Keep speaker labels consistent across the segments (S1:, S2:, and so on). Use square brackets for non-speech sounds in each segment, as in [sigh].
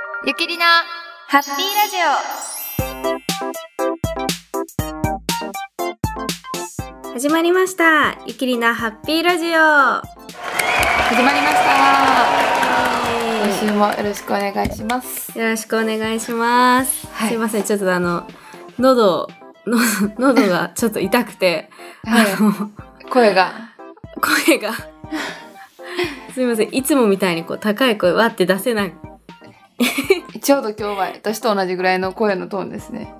S1: のハッピーラジオ始まりましたゆきりなハッピーラジオ
S2: 始まりました今
S1: イエーイ
S2: 週もよろしくお願いします
S1: よろしくお願いします、
S2: はい
S1: すいませんちょっとあの喉の喉がちょっと痛くてあ [laughs]
S2: は
S1: の
S2: い声が
S1: 声がすいませんいつもみたいにこう高い声わって出せない
S2: ちょうど今日は私と同じぐらいの声のトーンですね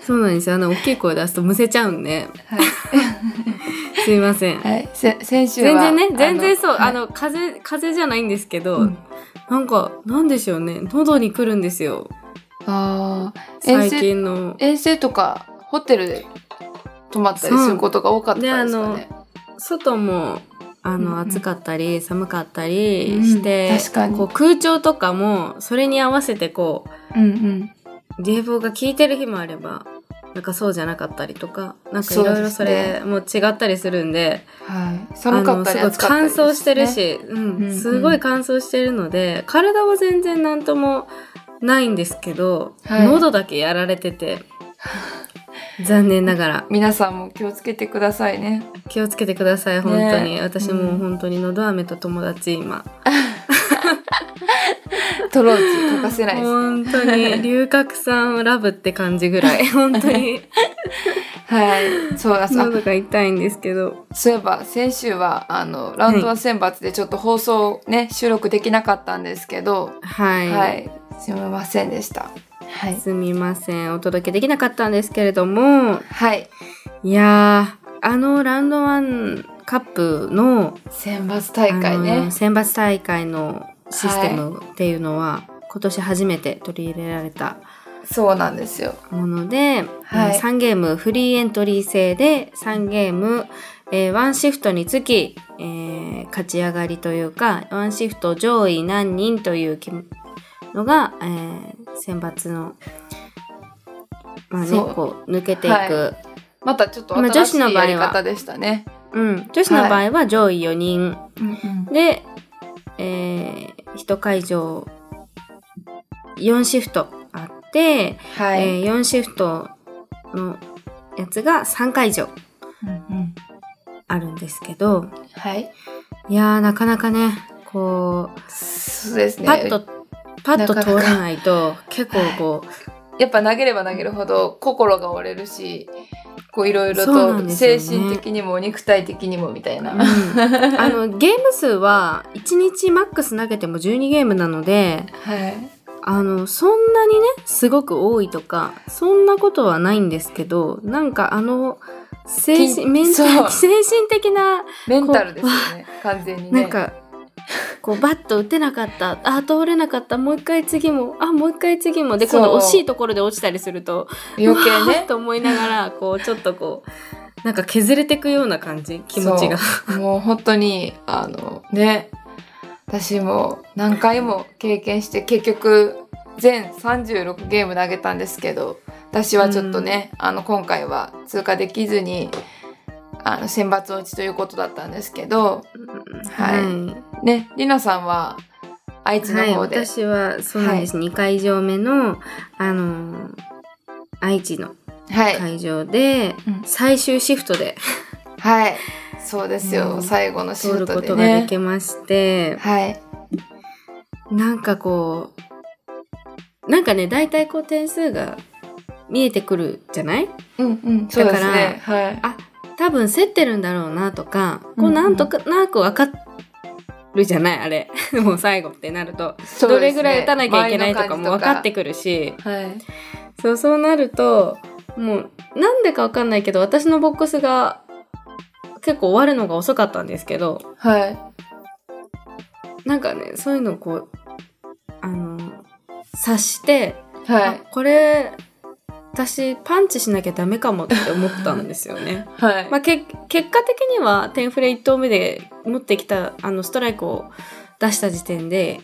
S1: そうなんですよあの大きい声出すとむせちゃうんで
S2: は
S1: すいません
S2: い、はい、せ先週
S1: 全
S2: は
S1: 然ね全然そうあ
S2: の
S1: の,、風風じゃないんですけど、
S2: うん
S1: なんかなんでしょうね喉に来るんですよ
S2: あー
S1: 最近の
S2: 遠征とかホテルで泊まったりすることが多かったんですかね
S1: 外もあの、
S2: うんうん
S1: 暑かったり寒かったりして、
S2: うん確かに
S1: こう空調とかもそれに合わせてこ
S2: うん
S1: う冷房が効いてる日もあればなんかそうじゃなかったりとかなんかい
S2: そうですね
S1: ろいろそれも違ったりするんで
S2: うんはい
S1: あ
S2: 寒かったり
S1: の
S2: 暑
S1: す
S2: か
S1: ごい
S2: ったり
S1: 乾燥してる
S2: ですね
S1: し、うん
S2: うんうん
S1: すごい乾燥してるので体は全然なんともないんですけど、
S2: はい
S1: 喉だけやられてて
S2: [laughs]
S1: 残念ながら
S2: 皆さんも気をつけてくださいね
S1: 気をつけてください本当に、
S2: ね
S1: 私もう本当に喉飴と友達今、
S2: トローチ欠かせないです
S1: 本当
S2: [laughs]
S1: に龍角散ラブって感じぐらい本当に
S2: はいそうだそうあ
S1: 喉が痛いんですけど
S2: そういえば先週はあのラウンドワン選抜でちょっと放送ね、収録できなかったんですけど、
S1: はい、
S2: はい、すみませんでした。はい、
S1: すみませんお届けできなかったんですけれども
S2: はい、
S1: いやーあのラウンドワンカップの
S2: 選抜大会
S1: あの
S2: ね
S1: ー、選抜大会のシステムっていうのは、今年初めて取り入れられた
S2: そうなんですよ。
S1: もので、
S2: はい
S1: えー3ゲームフリーエントリー制で3ゲーム、え1シフトにつき、えー勝ち上がりというか1シフト上位何人というきのが、えー選抜の、まあね、
S2: そう
S1: こう抜けていく、
S2: はまたちょっと
S1: まあ
S2: 新しい
S1: 女子の場合
S2: や
S1: は
S2: り方でしたね。
S1: うん、女子の場合は上位4人。で、えー、1会場4シフトあって、
S2: はい、
S1: えー、4シフトのやつが3会場あるんですけど
S2: はい、
S1: いやーなかなかねこ
S2: そうです
S1: う
S2: ね。
S1: パッとパッと
S2: なか
S1: 通
S2: なから
S1: ないと結構こ
S2: やっぱ投げれば投げるほど心が折れるし、こういろいろ
S1: そうなん
S2: と
S1: ですよね、
S2: 精神的にも肉体的にもみたいうな。
S1: うんあのゲーム数は1日マックス投げても12ゲームなので
S2: はい。
S1: あのそんなにねすごく多いとかそんなことはないんですけどなんかあの精神
S2: き
S1: メンタ
S2: そう
S1: 精神的な、
S2: メンタルですよね。完全にね。
S1: なんかこうバッと打てな
S2: [laughs]
S1: かったあ通れなかったもう一回次もあもう一回次もで
S2: そ
S1: 今
S2: う
S1: 度惜しいところで落ちたりすると
S2: 余
S1: う
S2: 計
S1: わー
S2: ね
S1: っ。と思いながらこうちょっとこうなんか削れてくような感じ気持ちが。
S2: もう本当にあのね私も何回も経験して結局全36ゲーム投げたんですけど私はちょっとね、あの今回は通過できずにあの選抜落ちということだったんですけどはいねりなさんは愛知の
S1: はい、
S2: 方で、
S1: 私はそうなんです、二2会場目の、あのー愛知の
S2: はいはい、
S1: 会場で、
S2: うん
S1: 最終シフトで
S2: そうですよ、
S1: うん
S2: 最後の仕
S1: 通る
S2: 事
S1: こと
S2: で
S1: がで
S2: ね
S1: きまして、
S2: はい
S1: なんかこうなんかね大体こう点数が見えてくるじゃない
S2: うんうんそうですねはい
S1: あ多分競ってるんだろうなとか
S2: うん
S1: こ
S2: う
S1: うんなんとかなく分かるじゃないあれ [laughs] もう最後ってなると、
S2: そう
S1: ど
S2: で
S1: れ
S2: すね
S1: ぐらい打たなきゃいけないとかも分か
S2: 周り
S1: って
S2: の感じ
S1: くるし
S2: とかはい
S1: そうそうなるともうなんでか分かんないけど私のボックスが結構終わるのが遅かったんですけど、
S2: はい
S1: なんかねそういうのをこうあの察して、
S2: はい
S1: あこれ私パンチしなきゃダメかもって思ったんですよね。
S2: はい。
S1: まあ、け結果的にはテンフレ1投目で持ってきたあのストライクを出した時点で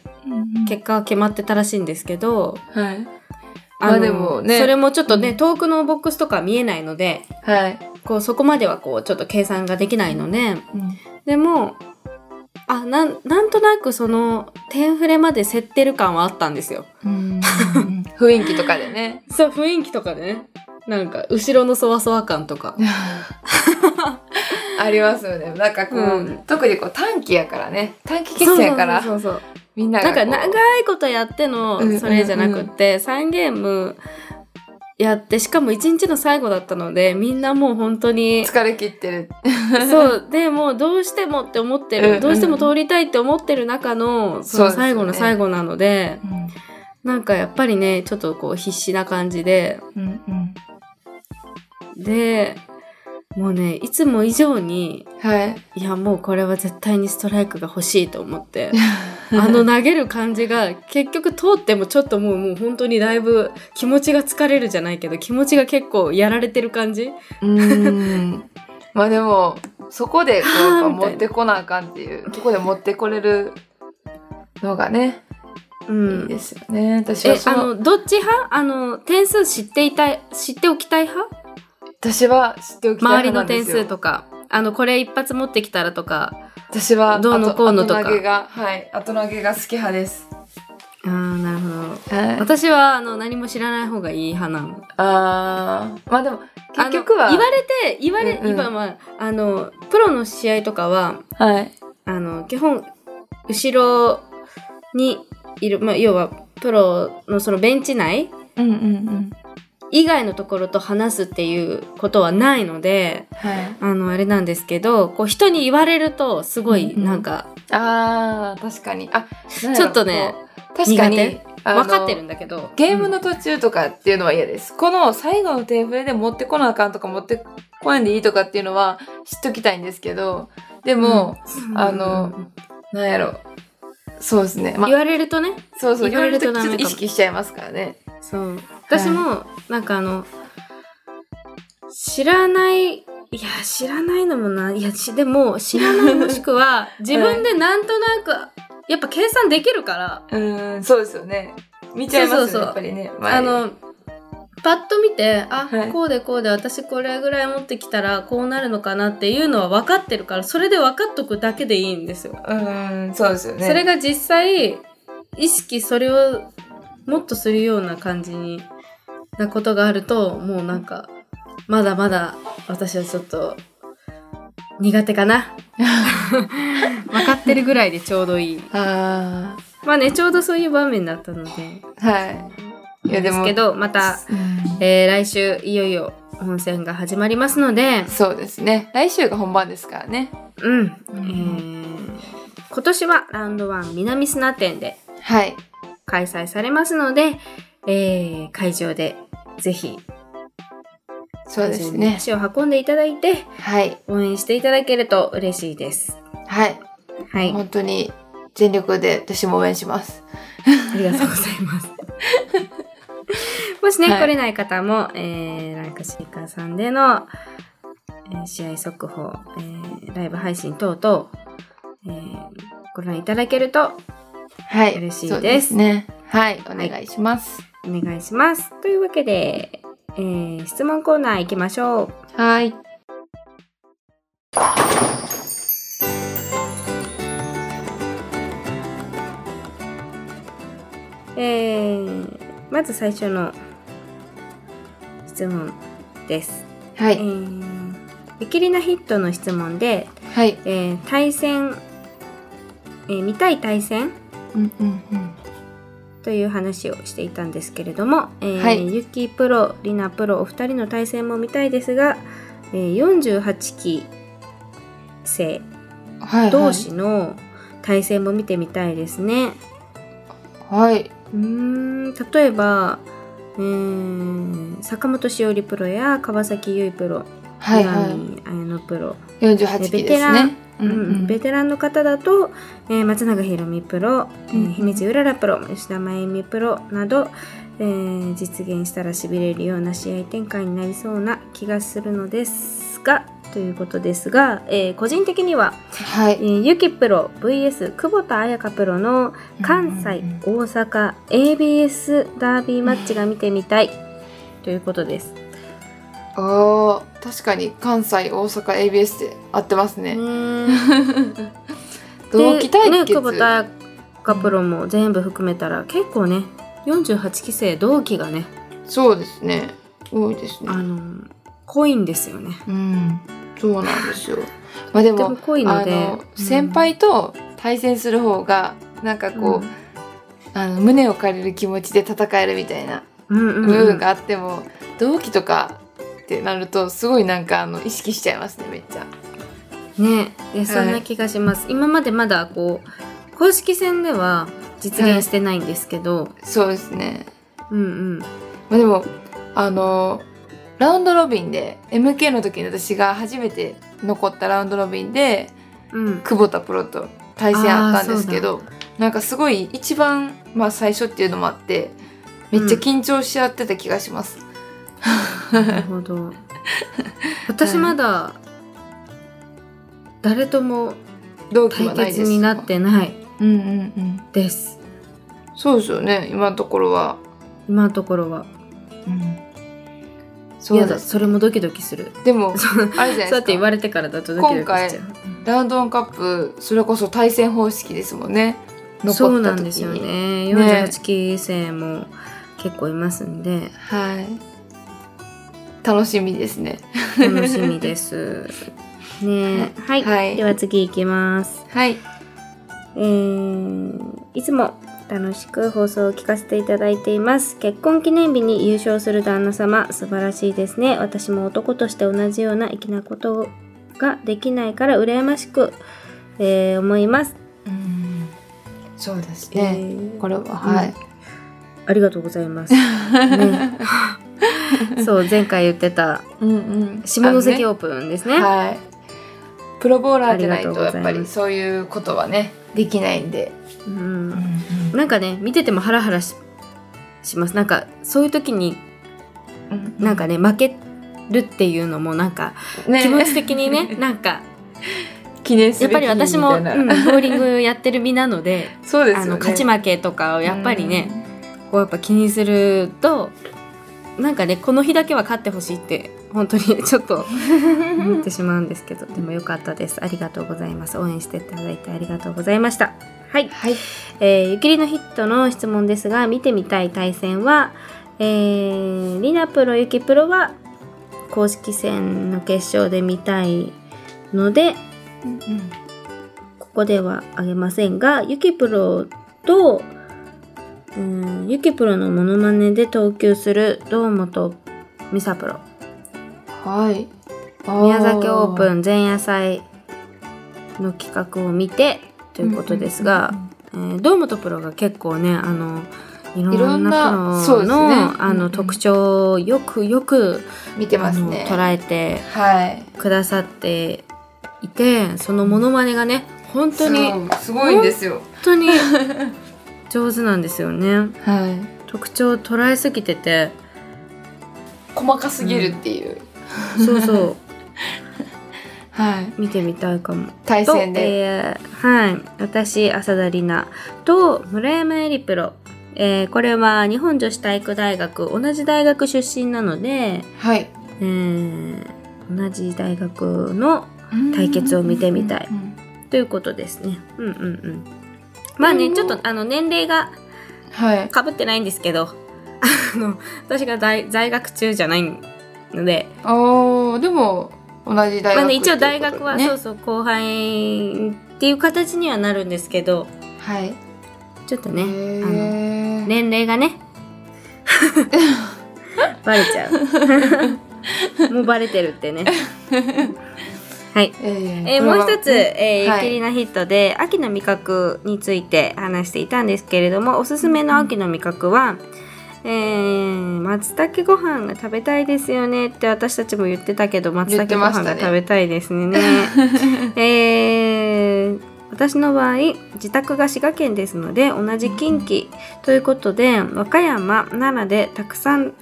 S1: 結果は決まってたらしいんですけど、
S2: はい。
S1: の
S2: まあでもね
S1: それもちょっとね、
S2: うん
S1: 遠くのボックスとか見えないので
S2: はい。
S1: こうそこまではこうちょっと計算ができないので。でもあなんなんとなくその点触れまで競ってる感はあったんですよ。
S2: うん。雰囲気とかでね。
S1: そう、雰囲気とかでね。なんか、後ろのそわそわ感と
S2: [laughs]
S1: か。
S2: ありますよね。なんかこう、
S1: うん
S2: 特にこう短期やからね。短期決戦やから、
S1: そうそうそうそう
S2: みんなが
S1: なん
S2: こ
S1: か
S2: う。
S1: 長いことやっての
S2: うん
S1: それじゃなくって、3ゲームやってしかも1日の最後だったのでみんなもう本当 [laughs] に
S2: 疲れ切ってる。
S1: そうでもうどうしてもって思ってる、
S2: うんうん
S1: どうしても通りたいって思ってる中の
S2: そ
S1: その
S2: うです
S1: 最
S2: よね
S1: 後の最後なのでなんかやっぱりねちょっとこう必死な感じで
S2: うんうん
S1: でもうねいつも以上に
S2: はい。
S1: いやもうこれは絶対にストライクが欲しいと思 [laughs] って。あの投げる感じが結局通ってもちょっともうもう本当にだいぶ気持ちが疲れるじゃないけど気持ちが結構やられてる感じ
S2: うーん。 [laughs] まあでも、そこでこうやっぱ
S1: はあみたい
S2: 持
S1: な
S2: ってこなあかんっていう、そこで持ってこれるのがね、
S1: う
S2: いい
S1: ん
S2: ですよね。私は
S1: え
S2: そ
S1: あ
S2: の、
S1: のどっち派あの点数知っていたい知っておきたい派
S2: 私は知っておきた
S1: 周
S2: い
S1: り
S2: 派な
S1: の
S2: んで
S1: 点
S2: すよ
S1: 数。とかあのこれ一発持ってきたらとか
S2: 私は、
S1: どうのこうのとか
S2: 後後投げが、はい、後投げが好き派です。
S1: あーなるほど
S2: はい。
S1: 私はあの何も知らない方がいい派なの
S2: あーまあでも、結局
S1: あ
S2: は、
S1: の言われて言われ、
S2: うんうん
S1: 今はあのプロの試合とかは
S2: はい。
S1: あの基本後ろにいる、まあ、要はプロのそのベンチ内
S2: うんうんうん。
S1: 以外のところと話すっていうことはないので
S2: はい。
S1: あのあれなんですけどこう人に言われるとすごい
S2: うんうん
S1: なんか
S2: あー確かに。あ、なんやろ
S1: ちょっとね、
S2: こう確か
S1: 苦
S2: に
S1: 手、
S2: あの
S1: 分かってるんだけど
S2: ゲームの途中とかっていうのは嫌です。この最後のテーブルで持ってこなあかんとか持ってこないでいいとかっていうのは知っときたいんですけど、でも、
S1: うん
S2: あのなんやろ。そうですね。ま
S1: 言
S2: あ、
S1: われるとね
S2: そうそう、言
S1: 言
S2: わ
S1: わ
S2: れ
S1: れ
S2: るときちょっ
S1: ると
S2: と
S1: ダメか
S2: 意
S1: も
S2: 識しちゃいますからね。
S1: そう私もなんかあの知らないいや知らないのもないやしでも知ら [laughs] ないもしくは自分でなんとなくやっぱ計算できるから
S2: うーん、そうですよね。見ちゃいますよね、
S1: そうそうそう
S2: やっぱりね。
S1: あのパッと見てあ、
S2: はい
S1: こうでこうで私これぐらい持ってきたらこうなるのかなっていうのは分かってるからそれで分かっとくだけでいいんですよ。
S2: うーん、そうですよね。
S1: それが実際意識それをもっとするような感じになことがあるともうなんかまだまだ私はちょっと苦手かな分かってるぐらいでちょうどいい
S2: あ
S1: [laughs] まあねちょうどそういう場面だったので
S2: あ、はい。いや、で
S1: です
S2: も、
S1: けどまた
S2: うん
S1: えー来週いよいよ本戦が始まりますので、
S2: そうですね。来週が本番ですからね。
S1: うんえ
S2: うん
S1: ー今年はラウンド1南砂店で
S2: はい。
S1: 開催されますので、えー会場でぜひ
S2: そうです
S1: 会場に
S2: ね。
S1: 足を運んでいただいて
S2: はい。
S1: 応援していただけると嬉しいです。
S2: はい。
S1: はい、
S2: 本当に全力で私も応援します。
S1: ありがとうございます。もしね、
S2: はい
S1: 来れない方も、えー、ランクシーカーさんでの、えー試合速報、えーライブ配信等々、えーご覧いただけると
S2: はい。
S1: 嬉しいです
S2: そうね。はい。お願いします。
S1: お願いします。というわけで、えー質問コーナー行きましょう。
S2: はい。
S1: えーまず最初の質問です。
S2: は
S1: え
S2: い。
S1: ー、ゆきりなヒットの質問で、
S2: はい。
S1: えー対戦、えー見たい対戦
S2: うんうんうん。
S1: という話をしていたんですけれども、えー
S2: はい
S1: ゆきプロ、りなプロお二人の対戦も見たいですが、えー48期生
S2: はい、はい。
S1: 同士の対戦も見てみたいですね。
S2: はい。
S1: うーん例えば、えー坂本しおりプロや川崎優衣プロ、
S2: はい。
S1: 岩
S2: は
S1: 見綾乃プロ、
S2: い。四十八期ですね。う
S1: うんベテランの方だと、えー松永ひろみプロ、えー
S2: うんうん
S1: 姫路うららプロ吉田真由美プロなど、えー実現したらしびれるような試合展開になりそうな気がするのですがということですが、えー個人的には、
S2: は
S1: え
S2: い。
S1: ー、ゆきプロ VS 久保田彩香プロの関西、
S2: うんうん
S1: 大阪 ABS ダービーマッチが見てみたいということです。
S2: ああ、確かに関西、大阪、ABS で合ってますね。 [laughs] 同期対
S1: でね、
S2: 決。
S1: 久保田彩香プロも全部含めたら結構ね48期生同期がね
S2: そうですね多いですね
S1: あの濃いんですよね
S2: うんそうなんですよまあで
S1: とて
S2: も
S1: も濃いので
S2: あの先輩と対戦する方がなんかこう、あの胸を借りる気持ちで戦えるみたいな
S1: うん、うんうん
S2: 部
S1: うん
S2: 分があっても、同期とかってなるとすごいなんかあの意識しちゃいますねめっちゃ。
S1: ねいやそんな気がします、今までまだこう公式戦では実現してないんですけど、
S2: そうですね。
S1: うんうん
S2: まあ、でもあのラウンドロビンで MK の時に私が初めて残ったラウンドロビンで
S1: うん
S2: 久保田プロと対戦あったんですけどなんかすごい一番、まあ、最初っていうのもあってめっちゃ緊張し合ってた気がします。
S1: なるほど私まだ誰とも
S2: 同期は
S1: 対
S2: ないです
S1: 決になってない
S2: うんうんうん、
S1: です
S2: そうですよね今のところは、
S1: 今のところは
S2: うん、そ
S1: そうう
S2: で
S1: だ
S2: す
S1: それもドキドキする
S2: でも
S1: [laughs] そう
S2: あれじゃないで
S1: そうや
S2: す
S1: って言
S2: か
S1: われてからだとドキドキしちゃ
S2: ラウンドワンカップそれこそ対戦方式ですもんね
S1: う
S2: 残った時に
S1: そうなんですよね
S2: ね
S1: 48期生も結構いますんで、
S2: はい楽しみですね
S1: 楽しみです。ねえはい、
S2: はい
S1: では次いきます。
S2: はい
S1: えー、いつも楽しく放送を聞かせていただいています。結婚記念日に優勝する旦那様、素晴らしいですね。私も男として同じような粋なことができないから羨ましく、えー思います。
S2: うんそうです
S1: え
S2: ね、
S1: ー
S2: これははい、
S1: ありがとうございま
S2: [laughs]
S1: す。ねそう前回言ってた
S2: うんうん
S1: 下関
S2: を
S1: オープンですね。
S2: はいプロボーラーじゃないと
S1: ありがとうご
S2: やっ
S1: ざいます
S2: ぱりそういうことはねできないんで、
S1: うんなんかね見ててもハラハラししますなんかそういう時になんかね負けるっていうのもなんか
S2: ね
S1: 気持ち的
S2: [laughs]
S1: にねなんか
S2: 記念す
S1: や
S2: べ
S1: っ
S2: き
S1: ぱり私も、
S2: み
S1: うん、
S2: た
S1: ボ
S2: いな
S1: ーリングやってる身なので
S2: [laughs] そうですよ
S1: あ
S2: ね
S1: の勝ち負けとかをやっぱりね、こうやっぱ気にするとなんかねこの日だけは勝ってほしいって本当に [laughs] ちょっと思ってしまうんで
S2: [laughs]
S1: すけどでも良かったですありがとうございます応援していただいてありがとうございましたはい
S2: はい
S1: えーゆきりのヒットの質問ですが見てみたい対戦は、えー、りなプロゆきプロは公式戦の決勝で見たいのでここではあげませんがゆきプロとうんゆきプロのモノマネで投球する堂本美沙プロ
S2: はい
S1: 宮崎オープ
S2: ン
S1: ン前夜祭の企画を見てということですが、えー、堂本プロが結構ねあのい
S2: いろ
S1: ろ
S2: ん
S1: ん
S2: な
S1: なプ
S2: そう
S1: ロ
S2: ですね
S1: の,、
S2: う
S1: あ
S2: んう
S1: の
S2: ん
S1: 特徴をよくよく、
S2: 見て
S1: あ
S2: ます
S1: の
S2: ね
S1: 捉えて
S2: はい
S1: くださっていてそのモノマネがね本当に本
S2: そうすごいんですよ
S1: 当に上手なんですよね
S2: はい
S1: 特徴を捉えすぎてて
S2: 細かすぎるっていう、
S1: そうそう
S2: はい
S1: 見てみたいかも。
S2: 対
S1: と、
S2: 戦で、
S1: えーはい私浅田里奈と村山エリプロ、えーこれは日本女子体育大学同じ大学出身なので、
S2: はい
S1: えー同じ大学の対決を見てみたい
S2: うん
S1: ということですねうんうんうんまあ
S2: う
S1: ね
S2: ん
S1: ちょっとあの年齢が
S2: はい
S1: かぶってないんですけどあの私が在在学中じゃないので、
S2: あーでも同じ大学、
S1: まあね、一応大学は、
S2: ね、
S1: そうそう後輩っていう形にはなるんですけど
S2: はい
S1: ちょっと
S2: へ
S1: ね、あの
S2: ー
S1: 年齢がね [laughs] バレちゃう [laughs] もうバレてるってねはい
S2: えーこ
S1: えー
S2: れ
S1: もう
S2: は
S1: 一つ、えー
S2: はい
S1: ゆきりなヒットで秋の味覚について話していたんですけれどもおすすめの秋の味覚は、えー、松茸ご飯が食べたいですよねって私たちも言ってたけど松
S2: 言って
S1: 茸ご
S2: まし
S1: 飯
S2: たね
S1: が食べたいで
S2: [laughs]
S1: すねえー私の場合自宅が滋賀県ですので同じ近畿ということで和歌山奈良でたくさん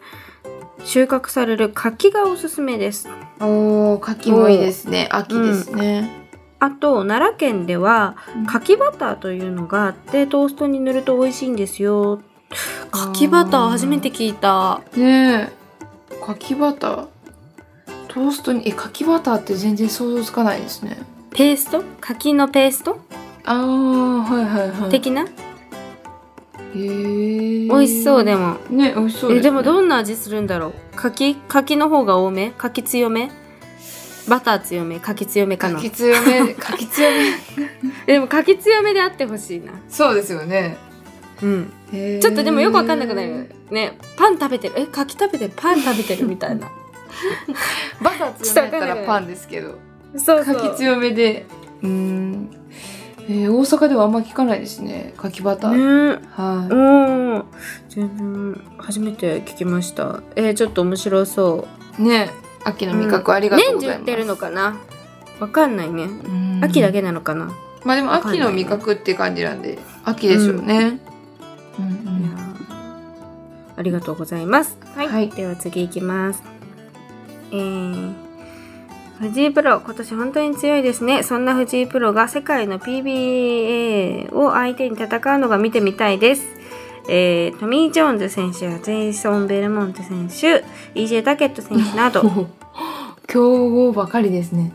S1: 収穫される柿がおすすめです
S2: おお柿もいいですね秋ですね、
S1: あと奈良県では
S2: うん
S1: 柿バターというのがあってトーストに塗ると美味しいんですよ柿バター初めて聞いた
S2: ねえ柿バタートーストにえ柿バターって全然想像つかないですね
S1: ペースト柿のペースト
S2: ああはいはいはい
S1: 的な、
S2: えへえ
S1: 美味しそうでも
S2: ね美味しそう
S1: え
S2: です、ね、
S1: でもどんな味するんだろう柿柿の方が多め柿強めバター強め柿強めかな
S2: かき強めかき強め
S1: でも柿強めであってほしいな
S2: そうですよね
S1: うん
S2: へー
S1: ちょっとでもよくわかんなくなるよねパン食べてるえ柿食べてるパン食べてるみたいな
S2: バター強めだったらパンですけど
S1: [laughs] そうそう
S2: かき強めでうーん、えー大阪ではあんま聞かないですねかきバター、
S1: ね
S2: はい、
S1: おお全然初めて聞きましたえー、ちょっと面白そ
S2: ね秋の味覚あり
S1: う
S2: がとう
S1: 年
S2: ござ
S1: 中
S2: い
S1: 売っ
S2: ます、
S1: てるのかなわかんないね
S2: うん
S1: 秋だけなのかな、
S2: まあでも秋の味覚って感じなんで秋でしょうね、うんう
S1: い
S2: ん
S1: やーありがとうございますはい、
S2: はい
S1: では次いきますえー藤井プロ今年本当に強いですねそんな藤井プロが世界の PBA を相手に戦うのが見てみたいですえートミー・ジョーンズ選手やジェイソン・ベルモンテ選手 EJ タケット選手 [laughs] など
S2: ほほ強豪ばかりですね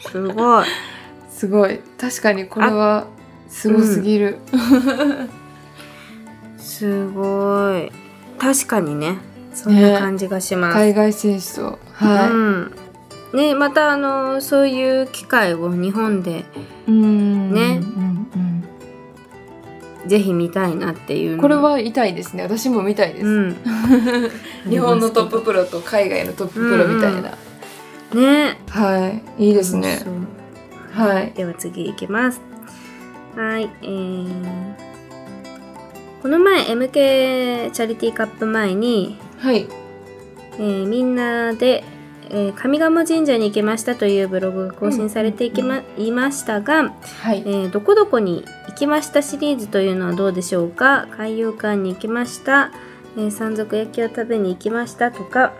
S1: すごい
S2: すごい確かにこれはすごすぎる、
S1: すごい確かにねそんな感じがします、
S2: 海外選手とはい、
S1: うんね、またあのそういう機会を日本で
S2: うん
S1: ね
S2: うんうん
S1: ぜひ見たいなっていう
S2: うん
S1: の
S2: これは痛いですね私も見たいです、
S1: うん
S2: 日本のトッププロと海外のトッププロみたいな、
S1: うんうんね
S2: はいいいですね
S1: そう
S2: はい
S1: では次いきますはいえー、この前 MK チャリティーカップ前に、
S2: はい
S1: えーみんなで、えー上賀茂神社に行きましたというブログが更新されていきま,、いましたが、
S2: はい
S1: えーどこどこに行きましたシリーズというのはどうでしょうか海遊館に行きました、えー山賊焼きを食べに行きましたとか、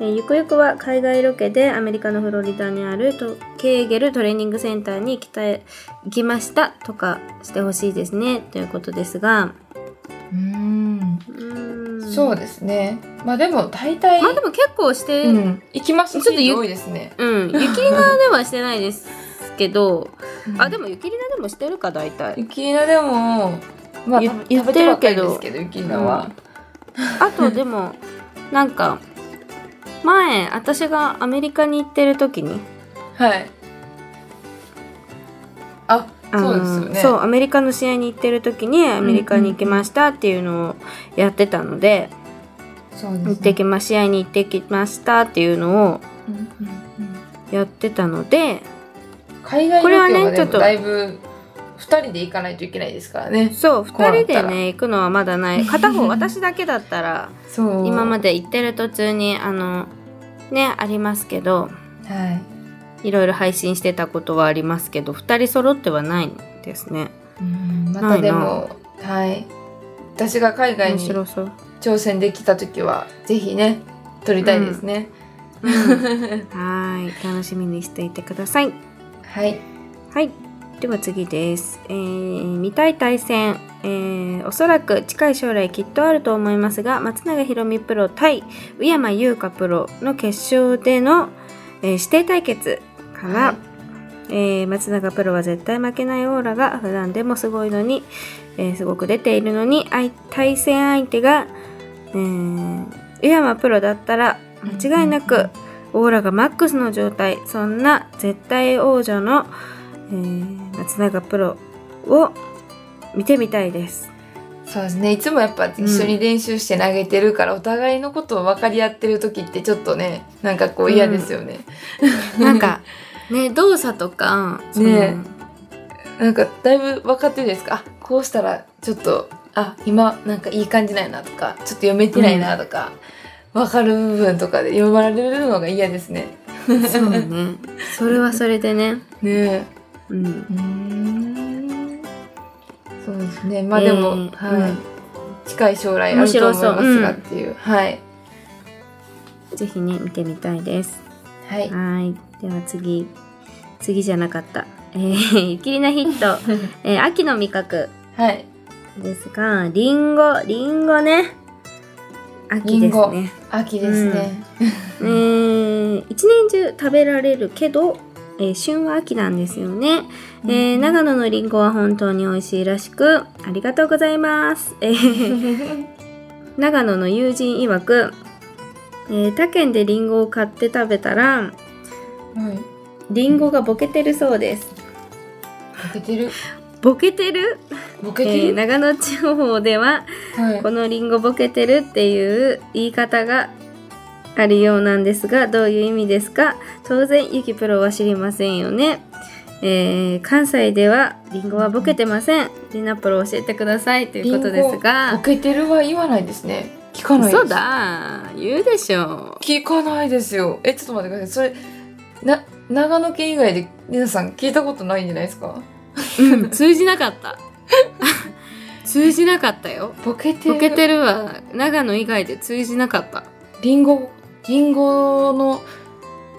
S1: えーゆくゆくは海外ロケでアメリカのフロリダにあるとケーゲルトレーニングセンターに行きたい行きましたとかしてほしいですねということですが
S2: うん
S1: うーん
S2: そうですねまあでも大体、
S1: まあでも結構して、
S2: う
S1: うん
S2: ん、行きました
S1: ちょっとゆ
S2: シーン多いですね
S1: 雪りなではしてないですけどあで
S2: も
S1: も雪りなでもしてるか大体
S2: ゆきいなでもまあ
S1: ゆ
S2: 食べ
S1: 言
S2: 食
S1: っ
S2: べ
S1: て
S2: てば
S1: る
S2: っか
S1: け
S2: りで
S1: ど
S2: すけどゆきいなは、
S1: あとでもなんか前私がアメリカに行ってる時に
S2: はいあ
S1: あの
S2: そうですよね
S1: そうアメリカの試合に行ってる時にアメリカに行きましたっていうのをやってたので、
S2: そうです、ね、
S1: 行ってきま試合に行ってきましたっていうのを
S2: うんうんうん
S1: やってたので
S2: 海外
S1: こ
S2: ロ
S1: れはね
S2: ケはで
S1: ちょっ
S2: も
S1: と
S2: だいぶ二人で行かないといけないですからね
S1: そう
S2: こうな
S1: 2
S2: ったら
S1: 人でね行くのはまだない
S2: [laughs]
S1: 片方私だけだったら
S2: そう
S1: 今ま
S2: で
S1: で行ってる途中にあのねありますけど
S2: はい
S1: いろいろ配信してたことはありますけど2人揃ってはないんですね。
S2: うんまたでもはい私が海外
S1: 面
S2: に
S1: 白そう
S2: 挑戦できた時はぜひね撮りたいですね、
S1: はい、楽しみにしていてください。
S2: はい
S1: はい、では次です。えー見たい対戦、えーおそらく近い将来きっとあると思いますが、松永ひろみプロ対宇山優香プロの決勝での、えー指定対決から、
S2: はい
S1: えー松永プロは絶対負けないオーラが普段でもすごいのに、えーすごく出ているのに相対戦相手が、えー、宇山プロだったら間違いなくオーラがマックスの状態そんな絶対王者の、えー松永プロを見てみたいです。
S2: そうですねいつもやっぱ一緒に練習して投げてるから、お互いのことを分かり合ってる時ってちょっとねなんかこう嫌ですよね、
S1: [laughs] なんかね動作とかその
S2: ねなんかだいぶ分かってるんですかあこうしたらちょっとあ今なんかいい感じないなとかちょっと読めてないなとか、分かる部分とかで読まれるのが嫌ですね。
S1: そうねそれは [laughs] それでね。
S2: ね
S1: う
S2: う
S1: ん
S2: ーんそうですねまあでも、
S1: えー
S2: はい
S1: うん
S2: 近い将来あると思いま
S1: 面白そう
S2: す
S1: うん
S2: がっていう、はい
S1: ぜひね見てみたいです。
S2: はい
S1: はい。では次。次じゃなかった。えー、ゆきりなヒッ [laughs] ト。えー秋の味覚
S2: はい
S1: ですが、りんご、りんごね。秋ですね。
S2: 秋ですね、
S1: えー一年中食べられるけど、えー旬は秋なんですよね、えー長野のりんごは本当に美味しいらしくありがとうございます、え [laughs] ー長野の友人曰く、えー他県でりんごを買って食べたら
S2: はい。
S1: りんごがボケてるそうです
S2: ボケてる。
S1: ボケてる、
S2: ボ
S1: え
S2: ケて
S1: ー
S2: る。
S1: 長野地方では
S2: はい
S1: こ。のリンゴボケてるっていう言い方があるようなんですがどういう意味ですか当然ゆきプロは知りませんよね、えー関西ではリンゴはボケてませんりなプロ教えてくださいということです
S2: ボ
S1: が
S2: ケてるは言わないですね。聞かないです。
S1: 嘘。だ言うでしょ
S2: 聞かないですよ。え、ちょっと待ってください。それ、な、長野県以外で、皆さん聞いたことないんじゃないですか
S1: う、うん、通じなかった [laughs] 通じなかったよ
S2: ボケてる。
S1: ボケてるは長野以外で通じなかった
S2: リンゴ、リンゴの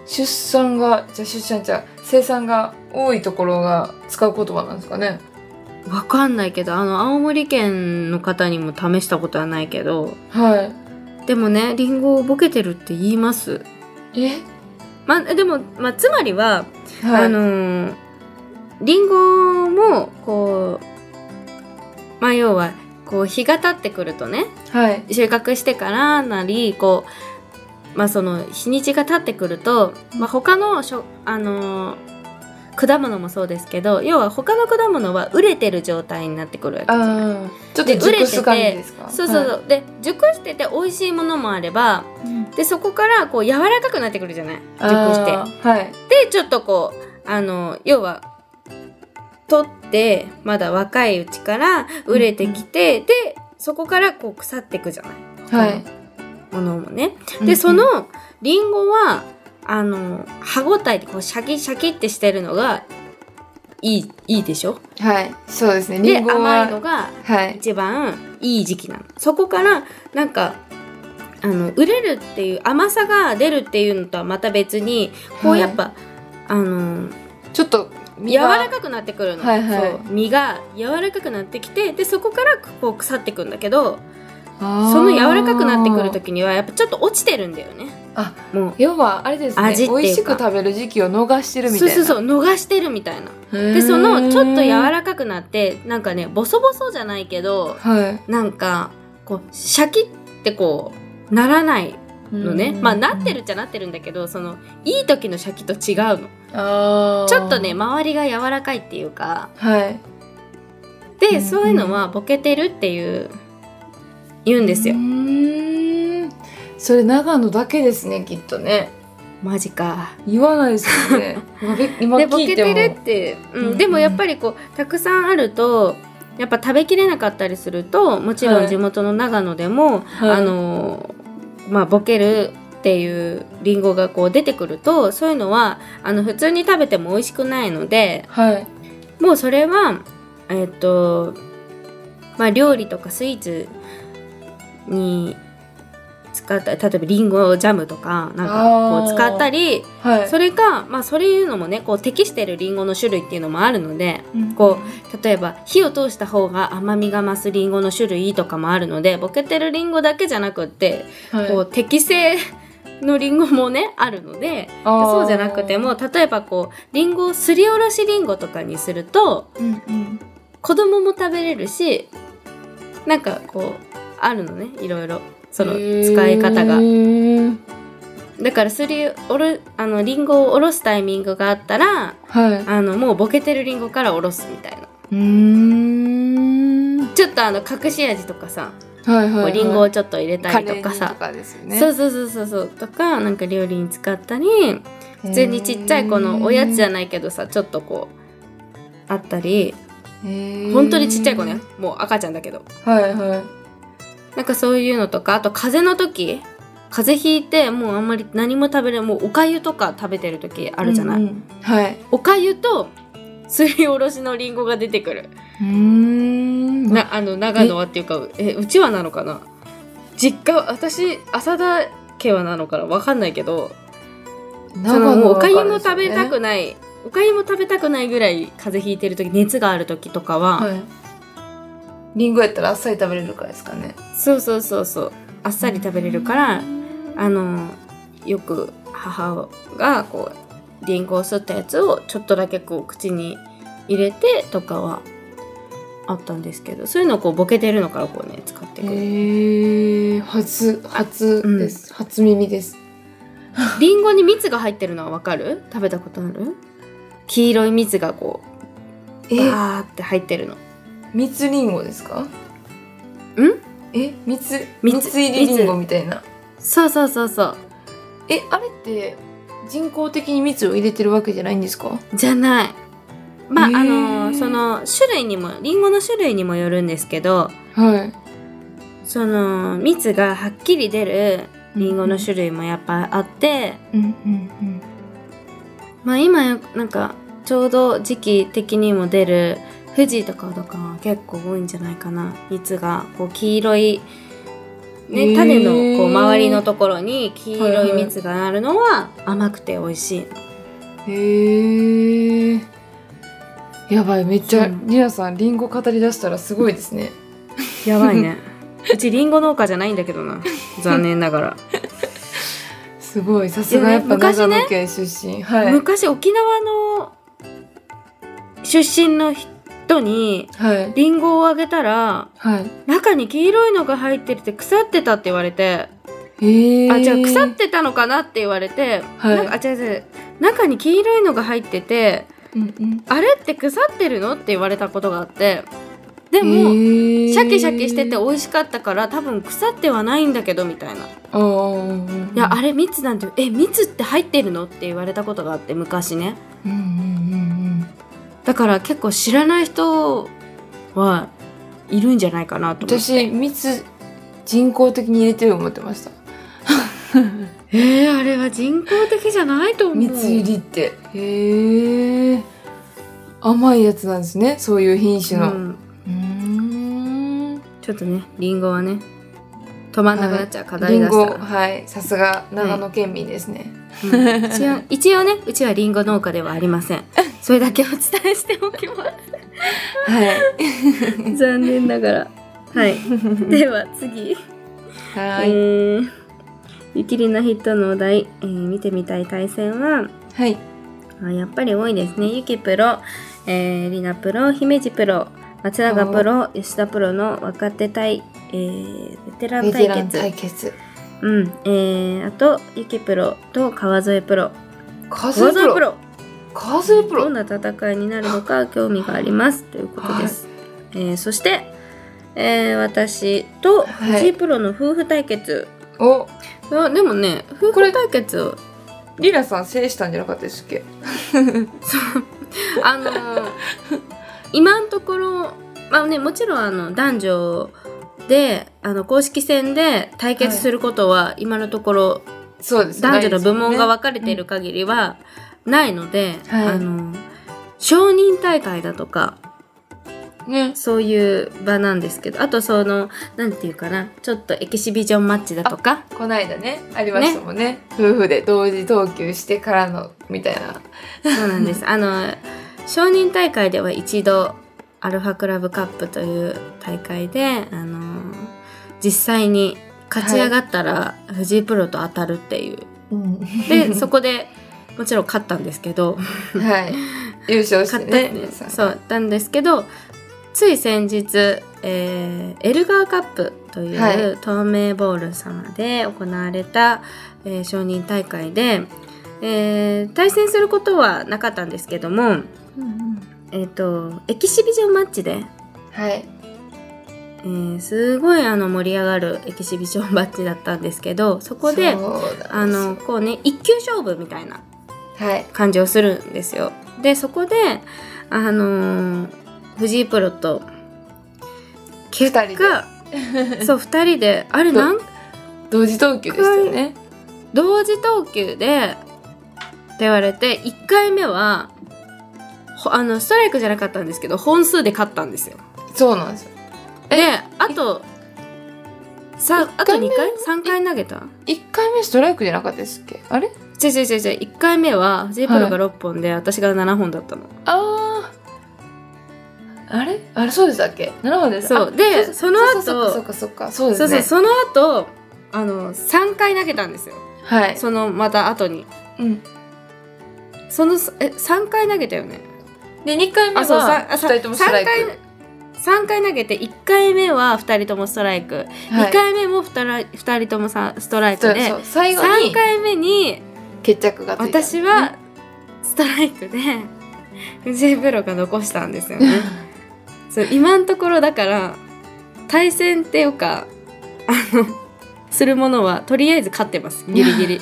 S2: 出産が、じゃあ出産じゃ、生産が多いところが使う言葉なんですかね。
S1: わかんないけどあの青森県の方にも試したことはないけど
S2: は
S1: でもねリンゴをボケてるって言います
S2: い。え
S1: までも、まあ、つまりは、
S2: はい。
S1: あのーリンゴもこうまあ要はこう日が経ってくるとね
S2: はい。
S1: 収穫してからなりこうまあその日にちが経ってくると、まあ、他のしょあのー果物もそうですけど要は他の果物は熟れてる状態になってくるわけじゃない
S2: あーちょっと熟す感じですか
S1: そうそうそう、で熟してて美味しいものもあれ
S2: は
S1: ば
S2: いうん
S1: でそこからこう柔らかくなってくるじゃない熟
S2: あ
S1: し
S2: ーはい
S1: てでちょっとこうあの要は取ってまだ若いうちから熟れてきて、でそこからこう腐っていくじゃない
S2: はい
S1: ものもね。
S2: うんう
S1: で
S2: ん
S1: そのりんごはあの歯ごたえでこうシャキシャキってしてるのがいいいいでしょ
S2: はいそうですね
S1: で
S2: リンゴは
S1: 甘いのが
S2: はい
S1: 一番いい時期なのそこからなんかあの売れるっていう甘さが出るっていうのとはまた別にこ
S2: は
S1: う
S2: い
S1: やっぱ、あの
S2: ちょっと
S1: 柔ら
S2: く
S1: かくなってくるの、
S2: はいはい
S1: そう身が柔らかくなってきてでそこからこう腐ってくんだけどその柔らかくなってくる時にはやっぱちょっと落ちてるんだよね
S2: あ
S1: もう
S2: 要はあれですね
S1: 味っていうか
S2: 美味しく食べる時期を逃してるみた
S1: そ
S2: いうな
S1: そうそう逃してるみたいなで
S2: で
S1: そのちょっと柔らかくなってなんかねボソボソじゃないけど
S2: は
S1: なんかこうシャキってこうならない
S2: い
S1: のね、まあなってるっちゃなってるんだけどそのいい時のシャキと違うの
S2: あー
S1: ちょっとね周りが柔らかいっていうか
S2: はいう
S1: で、
S2: ん
S1: そういうのはボケてるっていう言うんですよ、
S2: うーんそれ長野だけですねきっとね
S1: マジか
S2: 言わないですよ
S1: [laughs]
S2: ね今べ今
S1: でボ
S2: 聞
S1: ケ
S2: いても
S1: てるって、うん
S2: うん
S1: でもやっぱりこうたくさんあるとやっぱ食べきれなかったりするともちろ
S2: は
S1: ん
S2: い
S1: 地元の長野でも、
S2: はい
S1: あのーまあボケるっていうリンゴがこう出てくるとそういうのはあの普通に食べても美味しくないので
S2: はい
S1: もうそれはえっ、とまあ料理とかスイーツに使った例えばリンゴジャムとかなんかこ
S2: あー
S1: う使ったり
S2: はい
S1: それかまあそういうのもねこう適してるリンゴの種類っていうのもあるのでこう例えば火を通した方が甘みが増すリンゴの種類とかもあるのでボケてるリンゴだけじゃなくって
S2: うん、はい
S1: こう適正のリンゴもねあるので
S2: あー
S1: そうじゃなくても例えばこうリンゴをすりおろしリンゴとかにすると
S2: うんうん
S1: 子供も食べれるしなんかこうあるのねいろいろその使い方が
S2: へー
S1: だからすりおろあのリンゴをおろすタイミングがあったら
S2: はい。う
S1: あのもうボケてるリンゴからおろすみたいな
S2: ーん。はい
S1: ちょっとあの隠し味とかさ
S2: はい、
S1: こ
S2: は
S1: う
S2: い。
S1: リンゴをちょっと入れたりと
S2: カレ
S1: か
S2: ーに
S1: さ
S2: とかですよね。
S1: そうそうそうそうそうとかなんか料理に使ったり普通にちっちゃいこのおやつじゃないけどさちょっとこうあったり
S2: い
S1: 本当にちっちゃい子ね。もう赤ちゃんだけど
S2: はいはい。
S1: なんかそういうのとかあと風邪の時風邪ひいてもうあんまり何も食べれもうおかゆとか食べてる時あるじゃな
S2: う
S1: い、
S2: んうんはい。
S1: おかゆとすりおろしのりんごが出てくる
S2: うーん。
S1: なあの長野はっていうかえうちはなのかな実家は私浅田家はなのかなわかんないけどそのもうおかゆも食べたく
S2: な
S1: ない、おかゆも食べたくないぐらい風邪ひいてる時熱がある時とかは、
S2: はい。リンゴやったらあっさり食べれるからですかね。
S1: そうそうそうそうあっさり食べれるから
S2: うん
S1: あのよく母がこうリンゴを吸ったやつをちょっとだけこう口に入れてとかはあったんですけどそういうのをこうボケてるのからこうね使ってくる、
S2: えー、初初です、初耳です
S1: リンゴに蜜が入ってるのはわかる食べたことある黄色い蜜がこう
S2: え
S1: バーって入ってるの
S2: 蜜りんごですかんえ蜜
S1: 蜜
S2: 蜜入りりんごみたいな
S1: そうそうそうそう
S2: えあれって人工的に蜜を入れてるわけじゃないんですか
S1: じゃないまあ、
S2: へー
S1: あのその種類にもリンゴの種類にもよるんですけど
S2: はい
S1: その蜜がはっきり出るリンゴの種類もやっぱあって、
S2: うんうん
S1: まあ今やなんかちょうど時期的にも出る富士とかとかは結構多いんじゃないかな蜜がこう黄色い、
S2: へ
S1: ね、
S2: ー
S1: 種のこう周りのところに黄色い蜜があるのは甘くて美味し
S2: う
S1: い
S2: んへえやばいめっちゃ
S1: そう
S2: りなさんりんご語り出したらすごいですね
S1: やばいね [laughs] うちリンゴ農家じゃないんだけどな残念ながら、
S2: すごいさすがやっぱ
S1: 昔ね
S2: 長野県出身、はい
S1: [laughs] 昔沖縄の出身の人に
S2: はい
S1: リンゴをあげたら
S2: はい
S1: 中に黄色いのが入ってて腐ってたって言われて
S2: えー、
S1: あじゃあ腐ってたのかなって言われて、
S2: はい
S1: なんかあ違う違う中に黄色いのが入ってて
S2: うんうん
S1: あれって腐ってるのって言われたことがあってで
S2: え
S1: も、
S2: ー
S1: シャキシャキしてて美味しかったから多分腐ってはないんだけどみたいな「
S2: あー
S1: いやあれ蜜なんてえ蜜って入ってるの?」って言われたことがあって昔ね
S2: うんうんうん
S1: だから結構知らない人はいるんじゃないかなと
S2: うん
S1: 思って
S2: 私蜜人工的に入れてる思ってました
S1: えー、あれは人工的じゃないと思う
S2: 蜜入りってへえ甘いやつなんですねそういう品種
S1: う
S2: の
S1: ん
S2: うん
S1: ちょっとねリンゴはね止まんなくなっちゃう、課
S2: り
S1: 題
S2: ん
S1: 出し
S2: ご
S1: たら
S2: はいさすが長野県民ですね、
S1: うん一 [laughs] 応一応ねうちはリンゴ農家ではありません [laughs] それだけお伝えしておきま
S2: はい
S1: す残念ながらはい [laughs] では次
S2: は
S1: え
S2: い
S1: ーゆきりなヒットのお題、えー見てみたい対戦は
S2: はい
S1: あやっぱり多いですねゆきプロ、えー、りなプロ姫路プロ松永プロ吉田プロの若手対、えーベテラン
S2: ベテ
S1: 対
S2: ラン
S1: 決
S2: 対決
S1: うんえー、あとゆきプロと川添プロ
S2: カズ
S1: 川
S2: プ
S1: 添
S2: ロ
S1: プロ
S2: カズプ
S1: ど
S2: ロ
S1: んな戦いになるのか興味がありますということです、えーそして、えー私と
S2: はい
S1: 藤井プロの夫婦対決、
S2: お
S1: あでもね夫
S2: これ
S1: 婦対決を
S2: リラさん制したんじゃなかったですっけ
S1: あのー今のところまあねもちろんあの男女であの公式戦で対決することは今のところ
S2: そうです
S1: 男女の部門が
S2: わ
S1: 分かれている限りはないので、
S2: はい
S1: あの承認大会だとか
S2: ね
S1: そういう場なんですけどあとそのなんていうかなちょっとエキシビジョンマッチだとか
S2: こないだねありましたもんね夫婦で同時投球してからのみたいな
S1: そうなんですあの承認大会では一度アルファクラブカップという大会であの実際に勝ち上がったら藤井プロと当たるっていう、
S2: [laughs]
S1: でそこでもちろん勝ったんですけど
S2: はい優勝し
S1: 勝
S2: て
S1: った
S2: ね
S1: ん
S2: リ
S1: で
S2: ラさん
S1: そうなんですけどつい先日、えーエルガーカップという、
S2: はい
S1: 透明ボール様で行われた、えー承認大会で、えー対戦することはなかったんですけども、えー、とエキシビジョンマッチで、
S2: はい
S1: えーすごいあの盛り上がるエキシビジョンマッチだったんですけどそこで
S2: そうなんです
S1: あのこうね一球勝負みたいな
S2: はい
S1: 感じをするんですよ。でそこであのー藤井プロと結果
S2: 二人
S1: そう2人であれ
S2: ど
S1: なん
S2: 同時投球でしたよね
S1: 同時投球でって言われて1回目はほあのストライクじゃなかったんですけど本数で勝ったんですよ。
S2: そうなんですよ
S1: であとさあと2回 ?3 回投げた
S2: 一回目ストライクじゃなかったですっけあれ
S1: 違う違う違う違う1回目は藤井プロ
S2: は
S1: が
S2: い
S1: 6本で、私が7本だったの。
S2: あーあれあれそうでしたっけ七本です
S1: そう
S2: あ
S1: で
S2: う
S1: その後
S2: そうかそうかそうかそうで
S1: そう
S2: す
S1: そう、
S2: ね
S1: その後、あの、3回投げたんですよ。
S2: はい
S1: その、また後に。
S2: うん
S1: そのえ3回投げたよね
S2: で2回目
S1: あそうさ
S2: は
S1: あ
S2: 2
S1: さ
S2: 人ともストライク
S1: 三回3回投げて1回目は2人ともストライク、
S2: はい
S1: 2回目も 2, 2人ともさストライク
S2: そう
S1: で
S2: そう最後
S1: 3
S2: に
S1: 回目に
S2: 決着がついた
S1: 私はストライクで [laughs] 藤井プロが残したんですよねそう今のところだから対戦っていうかあのするものはとりあえず勝ってますギリギ [laughs] リ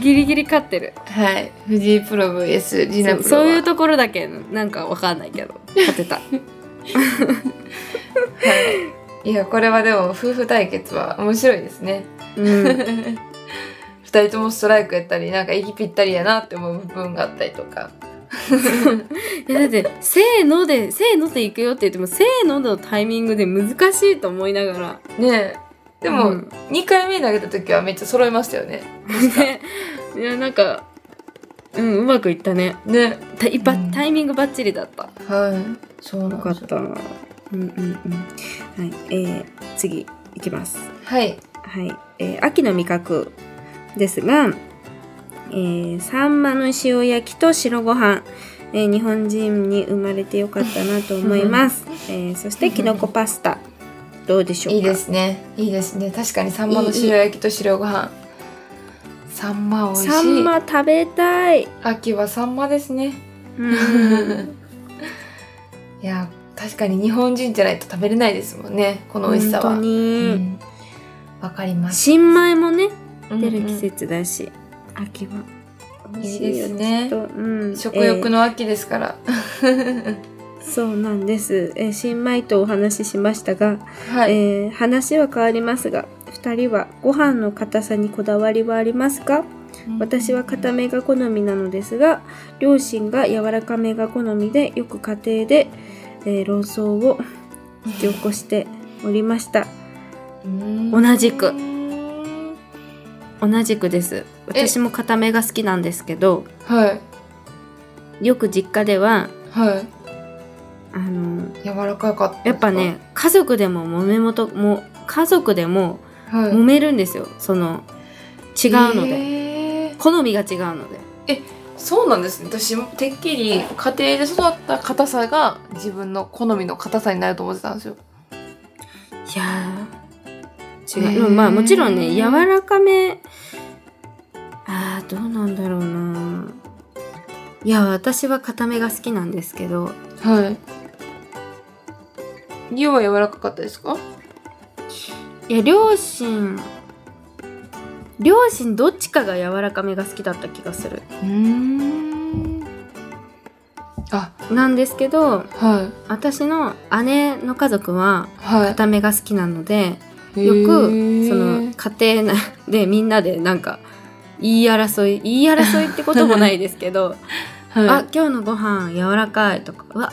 S1: ギリギリ勝ってる
S2: はい藤井プロ VS ジーナプロは
S1: そうそういうところだけなんかわかんないけど勝てた
S2: はい、いやこれはでも夫婦対決は面白いです
S1: [laughs]
S2: ね
S1: うん
S2: 二人ともストライクやったりなんか息ぴったりやなって思う部分があったりとか
S1: いやだって「せーので」「せーのでいくよ」って言っても「せーの」のタイミングで難しいと思いながら
S2: ねえで
S1: う
S2: も
S1: ん
S2: 2回目投げた時はめっちゃ揃いましたよね
S1: ねいやなんかうんうまくいったね
S2: ね
S1: たいっぱ
S2: うん
S1: タイミングバッチリだった
S2: はいそうなんですよ
S1: うんうんうんはいえー、次いきます
S2: はい
S1: はい、えー秋の味覚ですが、えーサンマの塩焼きと白ご飯、えー日本人に生まれてよかったなと思い
S2: [laughs]
S1: ます、えーそしてきのこパスタどうでしょうか
S2: いいですねいいですね確かにサンマの塩焼きと白ご飯サンマ美味しい
S1: サンマ食べたい、
S2: 秋はサンマですね
S1: うん、
S2: いや確かに日本人じゃないと食べれないですもんねこ [laughs] の美味しさは
S1: 本当に
S2: うんわかります
S1: 新米もね出る
S2: うんう
S1: 季
S2: ん
S1: 節だし、秋は美味しいよ
S2: いいですね
S1: きっとうん
S2: 食欲の秋ですから、
S1: そうなんです、えー新米とお話ししましたが、
S2: はい、
S1: えー話は変わりますが2人はご飯の硬さにこだわりはありますか私は固めが好みなのですが両親が柔らかめが好みでよく家庭で、えー、論争を引き起こしておりました同じく同じくです
S2: え
S1: 私も固めが好きなんですけど
S2: はい
S1: よく実家では
S2: は
S1: あのー
S2: い柔らかかったですか
S1: やっぱね家族でも揉めもとも家族でも
S2: はい
S1: 揉めるんですよ、その違うので、
S2: へー
S1: 好みが違うので
S2: そうなんですね私もてっきり家庭で育った硬さが自分の好みの硬さになると思ってたんですよ
S1: いやー
S2: へ
S1: 違
S2: ー
S1: う、でもまあもちろんね柔らかめあーどうなんだろうないや私は固めが好きなんですけど
S2: はいリオは柔らかかったですか
S1: いや両親両親どっちかが柔らかめが好きだった気がする
S2: うんあ
S1: なんですけど
S2: はい
S1: 私の姉の家族は
S2: は
S1: 固めが好きなので
S2: い
S1: よ
S2: へ
S1: く
S2: ー
S1: その家庭内でみんな [laughs] でなんか言い争い言い争いってこともないですけ
S2: [laughs]
S1: ど
S2: はい
S1: あ今日のご飯柔らかいとかうわ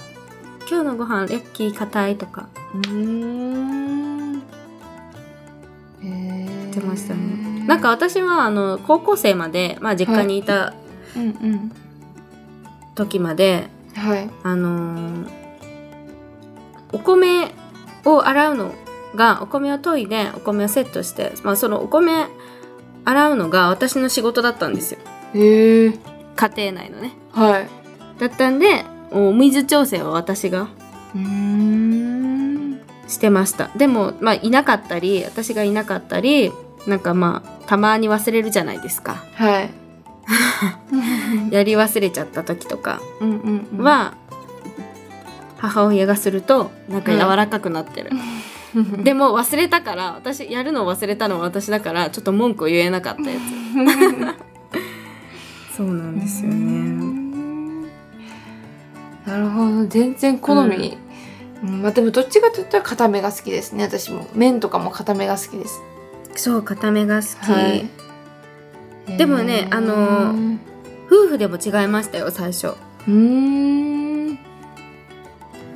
S1: 今日のご飯ラッキー硬いとか
S2: うーん。え
S1: ってましたねなんか、私はあの高校生まで、まあ、実家にいた
S2: うんうん。
S1: 時まで、
S2: はい。
S1: あのーお米を洗うのがお米を研いでお米をセットして、まあ、そのお米洗うのが私の仕事だったんですよ
S2: へえ。
S1: 家庭内のね
S2: はい。
S1: だったんでお水調整は私が
S2: うーん。
S1: してましたでもまあいなかったり私がいなかったりなんかまあたまに忘れるじゃないですか [laughs]
S2: はい。
S1: やり忘れちゃった時とか
S2: うんうんうん。
S1: は、母親がするとなんか柔らかくなってる、でも忘れたから私やるのを忘れたのは私だからちょっと文句を言えなかったやつそうなんですよね
S2: なるほど。全然好み。うんまあでもどっちかといったら固めが好きですね私も麺とかも固めが好きです、
S1: そう固めが好き、
S2: い
S1: でもねあの
S2: ー
S1: 夫婦でも違いましたよ最初
S2: うーん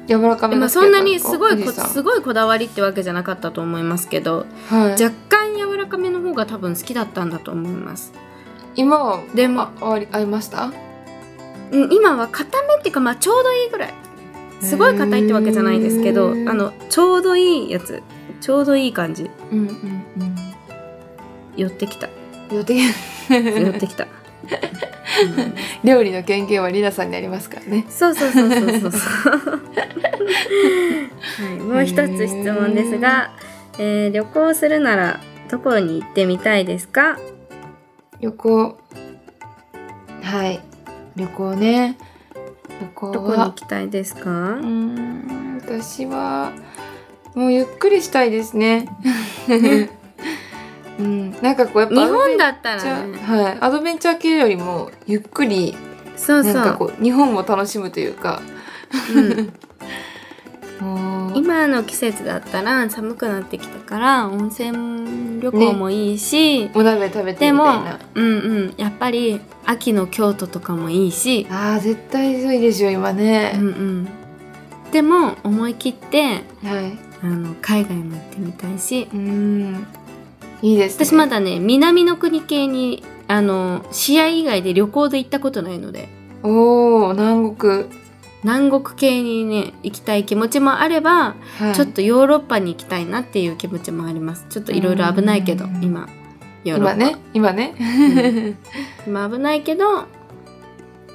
S2: 柔らか
S1: で
S2: め
S1: も
S2: が好き
S1: そんなにすごいこ
S2: こ
S1: すごいこだわりってわけじゃなかったと思いますけど
S2: はい、じゃ
S1: 若干柔らかめの方が多分好きだったんだと思います
S2: 今は
S1: でも
S2: ああり合いました
S1: うん今は固めっていうかまあちょうどいいぐらいすごい硬いってわけじゃないですけどあ
S2: へー
S1: のちょうどいいやつちょうどいい感じ
S2: うんうんうん [laughs]
S1: 寄ってきた
S2: 予定
S1: 寄ってきた
S2: 料理の権限はリナさんにありますからね。
S1: そうそうそうそう
S2: [laughs]
S1: そうそう。はい、もう一つ質問ですが、えー旅行するならどこに行ってみたいですか？
S2: 旅行。はい。旅行ね。旅行
S1: どこに行
S2: は。
S1: きたいですか
S2: うー？ん、私は、もうゆっくりしたいですね。
S1: [laughs]
S2: うん、なんかこうやっぱ
S1: 日本だった
S2: アドベンチャ
S1: ら
S2: ー
S1: ね、
S2: はい、アドベンチャー系よりもゆっくり
S1: そう
S2: なんか
S1: そ
S2: こう日本を楽しむというか
S1: う。うん
S2: もう
S1: 今の季節だったら寒くなってきたから温泉旅行もいいし、
S2: お鍋食べて
S1: で
S2: み
S1: も
S2: たいな
S1: うんうんやっぱり秋の京都とかもいいし、
S2: あー絶対そういでしょ今ね
S1: うん、うんでも思い切って
S2: はい
S1: あの海外も行ってみたいし
S2: うんいいですね
S1: 私まだね南の国系にあの試合以外で旅行で行ったことないので
S2: おお南国、
S1: 南国系にね行きたい気持ちもあれば、
S2: はい
S1: ちょっとヨーロッパに行きたいなっていう気持ちもありますちょっといろいろ危ないけど
S2: うん
S1: 今ヨーロッ
S2: 今
S1: パ
S2: ね今ね、
S1: [laughs] 今危ないけど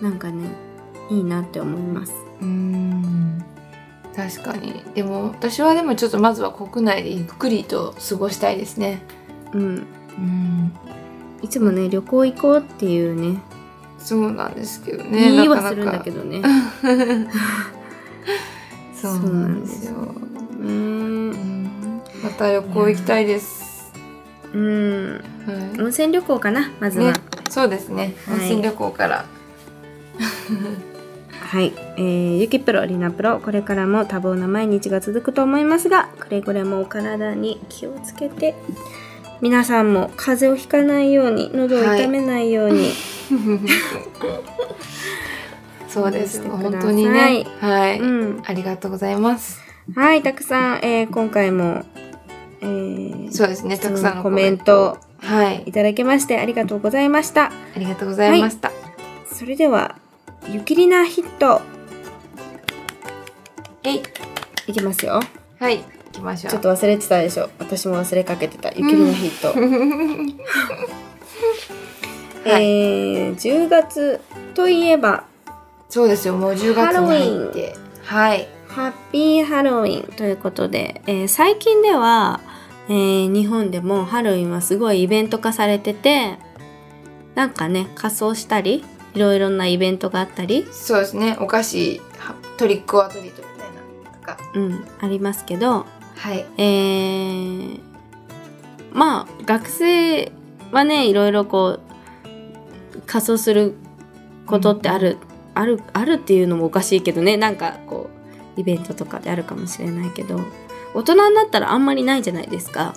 S1: なんかねいいなって思います
S2: うん確かにでも私はでもちょっとまずは国内でゆっくりと過ごしたいですね
S1: うん
S2: うん
S1: いつもね旅行行こうっていうね
S2: そうなんですけどね
S1: 言いは
S2: なかなか
S1: するんだけど [laughs] ね
S2: そうなんですよ。
S1: うん
S2: また旅行行きたいです。
S1: うん
S2: は
S1: 温泉旅行かなま
S2: い。
S1: ずは、
S2: ね、そうですね。
S1: はい
S2: 温泉旅行から。
S1: はい、えー、ゆきプロ、りなプロ、これからも多忙な毎日が続くと思いますが、くれぐれもお体に気をつけて、皆さんも風邪をひかないように、喉を痛めないように、
S2: そうです。
S1: してください
S2: 本当にね。はい、
S1: うん、
S2: ありがとうございます。
S1: はい、たくさん、えー、今回も、えー、
S2: そうですね。たくさんの
S1: コメント
S2: コメント。はい
S1: い。ただきましてありがとうございました。
S2: ありがとうございました。
S1: それでは、ゆきりなヒット、
S2: えい。
S1: いきますよ。
S2: はい。行きましょう。
S1: ちょっと忘れてたでしょ。私も忘れかけてた。ゆきりなヒット。
S2: [laughs] はい、
S1: えー、10月といえば
S2: そうですよ。もう10月に入って。はい。
S1: ハッピーハロウィンということで、えー最近では、えー日本でもハロウィンはすごいイベント化されててなんかね仮装したりいろいろなイベントがあったり、
S2: そうですね。お菓子、はトリックオアトリートみたいな。なんか。
S1: うん、ありますけど、
S2: はい。
S1: えーまあ学生はねいろいろこう仮装することってある、あるあるっていうのもおかしいけどねなんかこうイベントとかであるかもしれないけど大人になったらあんまりないじゃないですか。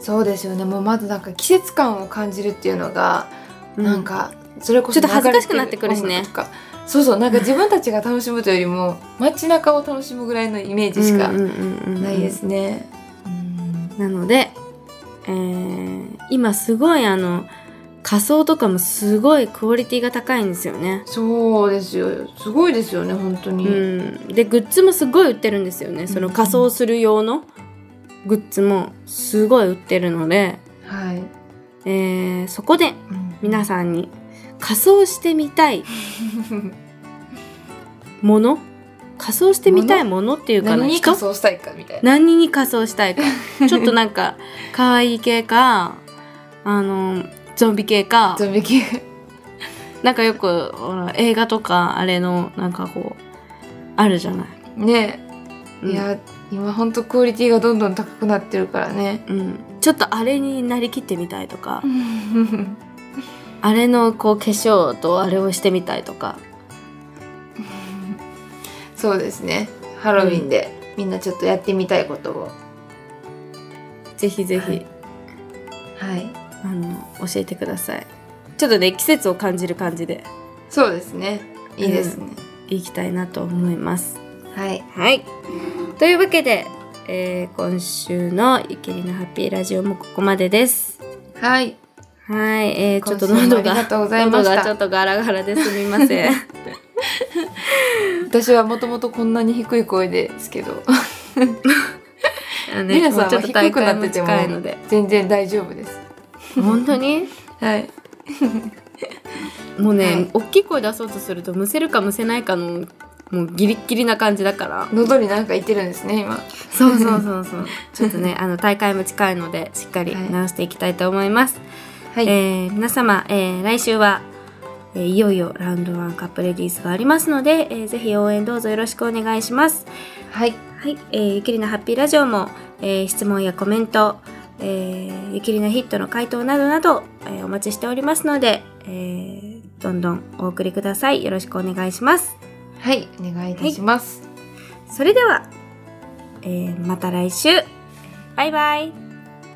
S2: そうですよねもうまずなんか季節感を感じるっていうのが、なんかそれこそ
S1: ちょっと恥ずかしくなってくるし
S2: 流
S1: ね
S2: れて音楽とかそうそうなんか自分たちが楽しむというよりも街中を楽しむぐらいのイメージしかな
S1: ない
S2: ですね、うん
S1: なので、えー今すごいあの仮装とかもすごいクオリティが高いんですよね。
S2: そうですよすごいですよね本当に、
S1: うん、でグッズもすごい売ってるんですよねその仮装する用のグッズもすごい売ってるので、
S2: はい、
S1: えーそこで皆さんに仮装してみ
S2: [laughs]
S1: たいもの仮装してみたいものっていうかな
S2: 何に仮
S1: 人
S2: 装したいかみたいな
S1: 何に仮装したい
S2: [laughs]
S1: かちょっとなんか可愛い系かあのゾンビ系か
S2: ゾンビ系
S1: なんかよくほら映画とかあれのなんかこうあるじゃない。
S2: ね、
S1: うん
S2: いや今本当クオリティがどんどん高くなってるからね [laughs]
S1: うん、ちょっとあれになりきってみたいとか、あれのこう化粧とあれをしてみたいとか
S2: そうですねハロウィンで、みんなちょっとやってみたいことを
S1: ぜひぜひ、
S2: はいはい
S1: あの教えてくださいちょっとね季節を感じる感じで
S2: そうですねいいですね、
S1: いきたいなと思います
S2: はい
S1: はいというわけで、えー今週の「ゆきりのハッピーラジオ」もここまでです
S2: はい
S1: はい、えーちょっと
S2: 今週も
S1: 喉
S2: あり
S1: が
S2: がとうございま
S1: 喉
S2: した
S1: がちょっとガラガラですみま
S2: [laughs]
S1: せん
S2: 私はもともとこんなに低い声ですけど [laughs]
S1: あのね
S2: 皆さ
S1: もうんちょ
S2: は
S1: っ
S2: 低
S1: と大
S2: くな
S1: 会
S2: って
S1: も
S2: ても
S1: 近いので
S2: 全然大丈夫です
S1: 本当に
S2: はい
S1: もうね、
S2: はい
S1: 大きい声出そうとするとむせるかむせないかのもうギリッギリな感じだから
S2: 喉になんかいてるんですね今
S1: そうそうそうそう [laughs] ちょっとねあの大会も近いのでしっかり
S2: はい
S1: 直していきたいと思います、
S2: はい、
S1: えー皆様、えー来週は、えーいよいよラウンド1カップレディースがありますので、えーぜひ応援どうぞよろしくお願いします
S2: はい
S1: はい、えーゆきりなハッピーラジオも、えー質問やコメント、えーゆきりなヒットの回答などなど、えーお待ちしておりますので、えーどんどんお送りくださいよろしくお願いします
S2: はいお願いいたします、
S1: それでは、えーまた来週バイバイ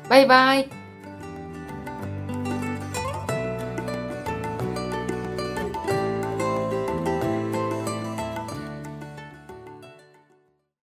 S2: バイバイ